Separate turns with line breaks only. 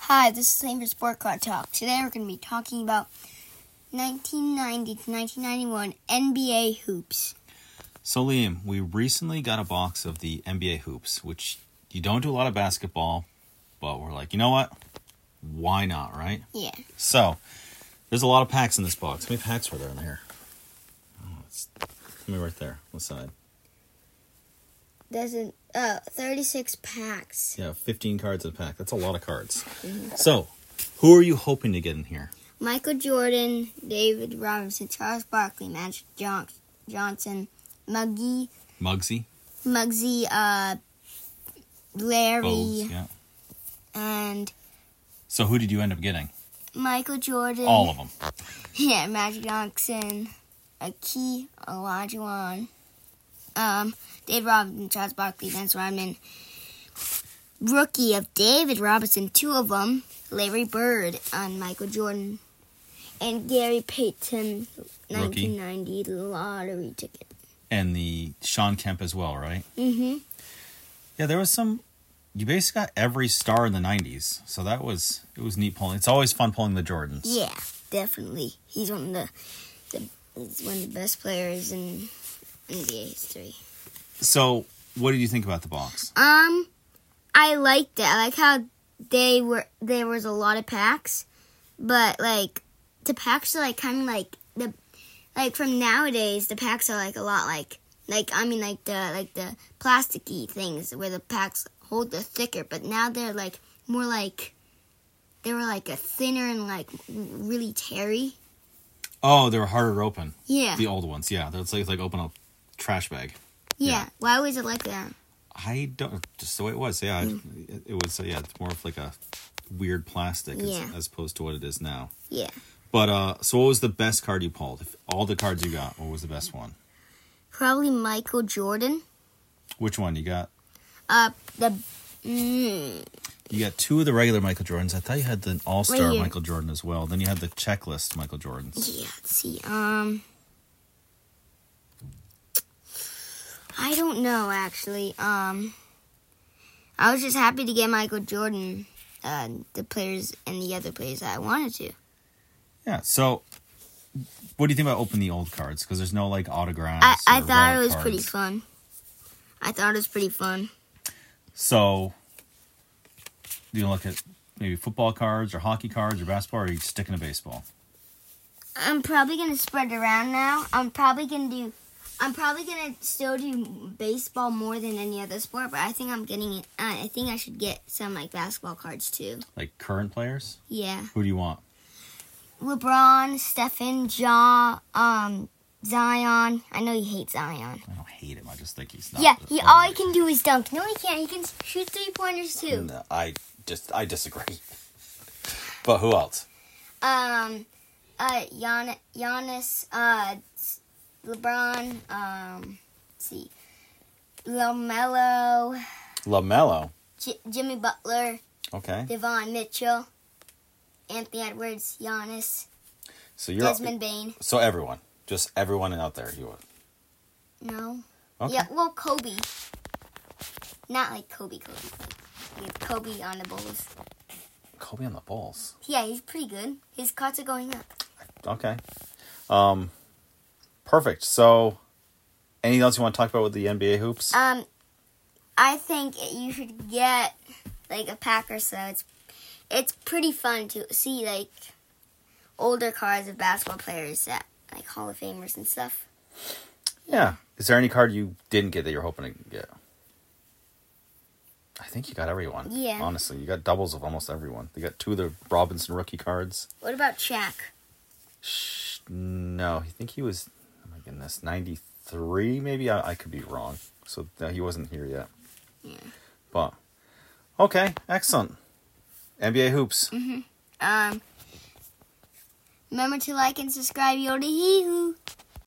Hi, this is Lane for Sport Car Talk. Today we're going to be talking about 1990 to 1991 NBA hoops.
So, Liam, we recently got a box of the NBA hoops, which you don't do a lot of basketball, but we're like, you know what? Why not, right?
Yeah.
So, there's a lot of packs in this box. How many packs were there in here? Oh, it's me right there on the side.
There's an, uh, 36 packs.
Yeah, 15 cards in a pack. That's a lot of cards. So, who are you hoping to get in here?
Michael Jordan, David Robinson, Charles Barkley, Magic John- Johnson, Muggy,
Muggsy?
Muggsy, uh, Larry,
Bogues? Yeah.
and
So, who did you end up getting?
Michael Jordan.
All of them.
Yeah, Magic Johnson, Aki Olajuwon, um, Dave Robinson, Charles Barkley, Vince Rodman, rookie of David Robinson, two of them, Larry Bird on Michael Jordan, and Gary Payton,
Rookie.
1990 lottery ticket.
And the Sean Kemp as well, right?
Mm-hmm.
Yeah, there was some. You basically got every star in the '90s, so that was it was neat pulling. It's always fun pulling the Jordans.
Yeah, definitely. He's one of the, the he's one of the best players in NBA history.
So, what did you think about the box?
Um, I liked it. I like how they were there was a lot of packs, but like the packs are like kind of like the like from nowadays the packs are like a lot like like I mean like the like the plasticky things where the packs hold the thicker, but now they're like more like they were like a thinner and like really teary.
Oh, they were harder to open.
Yeah,
The
yeah.
old ones, yeah. That's like like open a trash bag. yeah.
Why was it like that?
I don't just the way it was. Yeah, it, it was. uh, Yeah, it's more of like a weird plastic as,
Yeah.
as opposed to what it is now.
Yeah.
But uh, so what was the best card you pulled? If all the cards you got, what was the best one?
Probably Michael Jordan.
Which one you got?
Uh, the. Mm,
You got two of the regular Michael Jordans. I thought you had the All Star
Right here.
Michael Jordan as well. Then you had the checklist Michael Jordans.
Yeah, let's see. Um, I don't know actually. Um, I was just happy to get Michael Jordan, uh, the players and the other players that I wanted to.
Yeah. So, what do you think about opening the old cards? Because there's no like
I,
autographs.
I
or
thought
raw
it was
cards.
pretty fun. I thought it was pretty fun.
So, do you look at maybe football cards or hockey cards or basketball, or are you sticking to baseball?
I'm probably gonna spread around now. I'm probably gonna do. I'm probably gonna still do baseball more than any other sport, but I think I'm getting it. uh, I I think I should get some like basketball cards too.
Like current players,
Yeah.
who do you want?
LeBron, Stephen, Ja, um, Zion. I know you hate Zion.
I don't hate him. I just think he's not.
Yeah, he all he can do is dunk. No, he can't. He can shoot three pointers too.
No, uh, I just I disagree. but who else?
Um, uh, Gian, Giannis, uh, s- LeBron. Um, let's see, Lomelo,
Lamelo.
J- Jimmy Butler,
Okay.
Devon Mitchell, Anthony Edwards, Giannis,
So you're
Desmond Bain.
so everyone, just everyone out there. You want?
No.
Okay.
Yeah, well, Kobe. Not like Kobe, Kobe. Like, yeah, Kobe on the Bulls.
Kobe on the Bulls.
Yeah, he's pretty good. His cards are going up.
Okay. Um perfect. So anything else you want to talk about with the NBA hoops?
Um, I think you should get like a pack or so. It's it's pretty fun to see like older cards of basketball players that like Hall of Famers and stuff.
yeah. Is there any card you didn't get that you're hoping to get? I think you got everyone.
Yeah.
Honestly, you got doubles of almost everyone. They got two of the Robinson rookie cards.
What about Shaq?
Shh, no, I think he was. Oh my goodness, ninety three. Maybe I, I could be wrong. So no, he wasn't here yet.
Yeah.
But okay, excellent. NBA hoops.
Um, remember to like and subscribe, Yoda Hee Hoo.